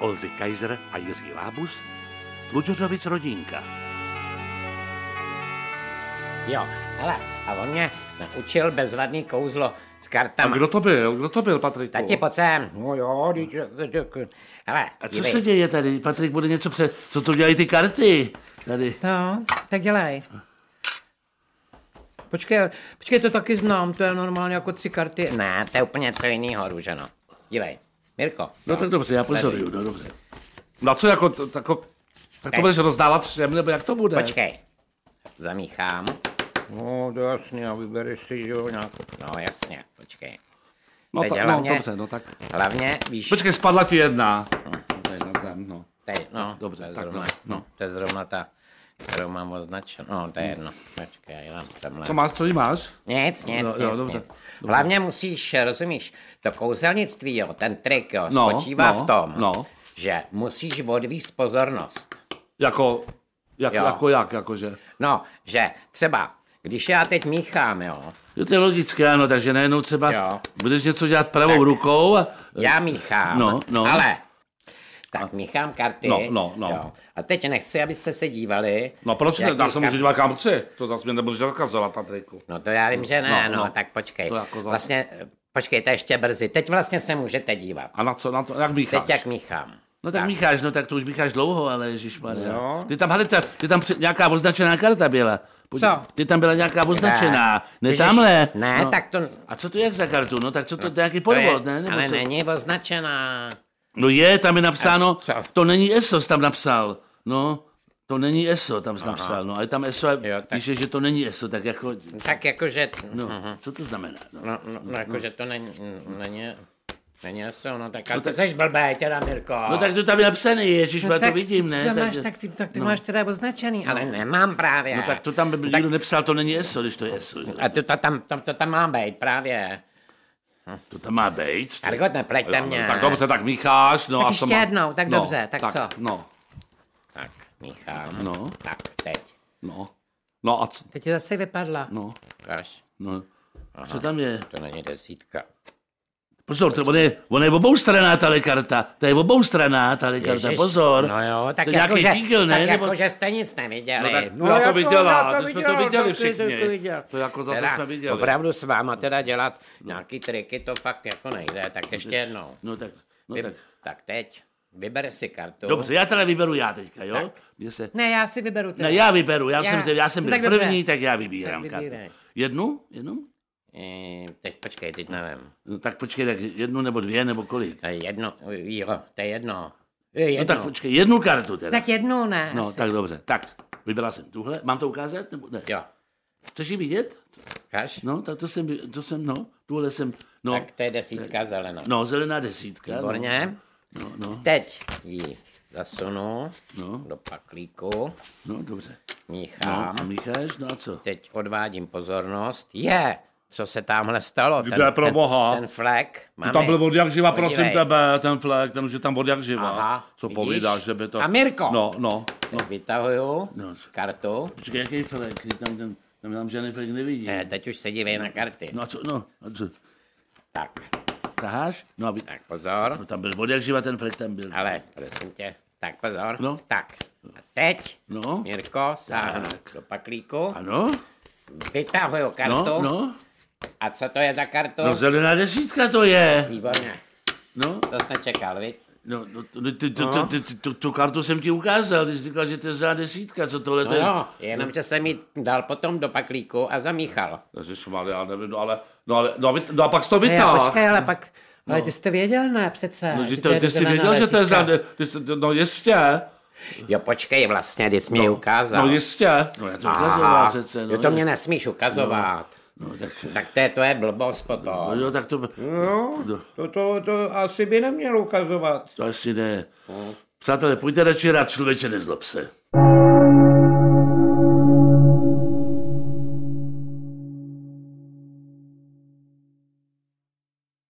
Olzy Kaiser a Jiří Lábus, Tlučořovic rodinka. Jo, hele, a on mě naučil bezvadný kouzlo s A kartama. kdo to byl? Kdo to byl, Patriku? Tati, pojď sem. No jo, teď... Hele, A co dívej. se děje tady? Patrik bude něco před... Co to dělají ty karty? Tady. No, tak dělej. Počkej, počkej, to taky znám, to je normálně jako tři karty. Ne, to je úplně něco jiného, Růženo. Dívej, Mirko. No tak dobře, já sleduj. pozoruju, no dobře. No a co jako, to, tako, tak to budeš rozdávat všem, nebo jak to bude? Počkej. Zamíchám. No, to jasně, a vybereš si, že jo, nějak. No jasně, počkej. no, teď to, no hlavně- dobře, no tak. Hlavně, víš, Počkej, spadla ti jedna. To je na zem, no. Tady, no, Dobře, to je tak zrovna, no, no. Hmm. To je zrovna ta, kterou mám označenou. No, to je jedno. Počkej, já tamhle. Co máš, co jí máš? Nic, nic, Jo, nic, jo, nic. dobře, Hlavně musíš, rozumíš, to kouzelnictví, jo, ten trik, jo, No, spočívá no, v tom, no. že musíš odvíst pozornost. Jako, jak, Jo. jako jak, jakože. No, že třeba, když já teď míchám, jo, Jo, to je logické, ano, takže najednou třeba Jo. budeš něco dělat pravou Tak. rukou a... já míchám, No, no. ale... Tak míchám karty. No, no, no. Jo. A teď nechci, abyste se dívali. No proč jak ne? Já se míchám můžu dívat kam chci. To zase mě nebudeš zakazovat, Patriku. No to já vím, že ne, No, no, no. no. tak počkej. To jako zas- Vlastně, eh, počkejte ještě brzy. Teď vlastně se můžete dívat. A na co, na to, jak mícháš? Teď jak míchám. No tak mícháš, no tak to už mícháš dlouho, ale ježišmarja. No. Ty tam, hele, ta, ty tam při- nějaká označená karta byla. Pojď, Co? Ty tam byla nějaká označená. Ne, Ježiš, tamhle. ne, no. tak to- A co to je za kartu? No tak co to, to je nějaký To je- podvod, ne? Nebo ale co? není označená. No je, tam je napsáno, A co? to není ESOS tam napsal. No, to není ESO tam jsi napsal, no, ale tam ESO jo, Jo, tak... tak- píše, že to není ESO, tak jako, Tak jakože, no, Mhm. co to znamená? No? no, no, no jakože to není, mm, není, není jasno, no tak, ale No no, tak- tak... jsi blbý teda, Mirko. no tak to tam je napsané, ježiš, no, to vidím, ne? Ty to máš, tak, tak ty, tak ty no. máš teda označený, ale Ale nemám právě. no tak to tam by tak- někdo nepsal, to není ESO, když to je ESO. že? A to, to, tam, to, to tam má být právě. To tam má být. Argot, nepleťte Jo, mě. no, tak dobře, tak mícháš, no Tak a ještě co má- jednou, tak no, dobře, tak co? No, Tak, míchám. No. Tak, teď. no, no a co, teď ti zase vypadla. no, Ukáž. no, co tam je? To není desítka. Pozor, to, on, je, on je oboustraná tahle karta. To je oboustraná tahle karta, Ježiš, pozor. No jo, tak to je jako, nějaký že, dígl, ne? tak Nebo- jako, že jste nic neviděli. jako, No tak no, já to viděla, to jsme to viděli všichni. viděl. To jako zase Teda jsme viděli. Opravdu s váma teda dělat nějaký triky, to fakt jako nejde, tak ještě jednou. No tak, no Vy- tak. tak teď, vyber si kartu. Dobře, já teda vyberu já teďka, jo? Tak. Mně se... Ne, já si vyberu teda. Ne, já vyberu, já, Já. jsem, já jsem No byl tak dobře. první, tak já vybírám Tak kartu. vybírej. Jednu? Jednu? E, teď počkej, teď nevím. No, tak počkej, tak jednu nebo dvě nebo kolik? To je jedno, jo, to je jedno. Je No jedno. tak počkej, jednu kartu teda. Tak jednou ne. No, asi. tak dobře. Tak, vybrala jsem tuhle. Mám to ukázat? Nebo ne? Jo, Chceš ji vidět? kaž? No, tak to jsem, vy- to jsem, no, tuhle jsem, no, Tak to je desítka zelená. no, zelená desítka. Výborně. No, no, no, Teď ji zasunu No. do paklíku, no, dobře. No, míchám. a Micháš, no a co? Teď odvádím pozornost. Je, co se tamhle stalo? Kde, pro boha? Ten, ten flek. Mami, Tam byl od jak živa, podívej. prosím tebe, ten flek, ten už je tam od jak živa. Aha, Co vidíš? povídáš, že by to... A Mirko? No, no. Teď vytahuju No. kartu. Počkej, jaký flek? Ty Tam, tam, tam, tam žádný flek nevidí. Ne, teď už se dívej na karty. No a co, no, a co? Tak, Taháš? No a vy... tak No pozor. tam byl od jak živa, ten flek tam byl. Ale, prosím tě, tak pozor. No. Tak, a teď, No. Mirko, sáhnu do paklíku, Ano? vytahuju No, kartu. no. A co to je za kartu? No, zelená desítka to je. Výborně, No, to jsi nečekal, viď? no, no, to- no, ty- to- to- ty- ty- tu- tu kartu jsem ti ukázal, ty jsi říkal, že to je zelená desítka, co tohle to No je? jo, jenom, že jsem ji dal potom do paklíku a zamíchal. Ježišmarja, já nevím, no ale, no ale, no a, vy- no a pak jsi to Ne, já, vytáhl. počkej, ale pak... No. Ale ty jsi to věděl, ne, přece. No, že Že to, ty jsi rozdělená věděl, že to je lesíčka. zelená, ty jsi- no jistě. Jo, počkej vlastně, ty jsi mi ji ukázal. No jistě. No já to ukazoval Aha, přece. No, jo, to mě nesmíš ukazovat. no, tak, Tak to je, to je blbost no, potom. jo, tak to, Hmm. No, to, to, to asi by neměl ukazovat. to asi ne. Přátelé, pojďte radši rád člověče, nezlob se.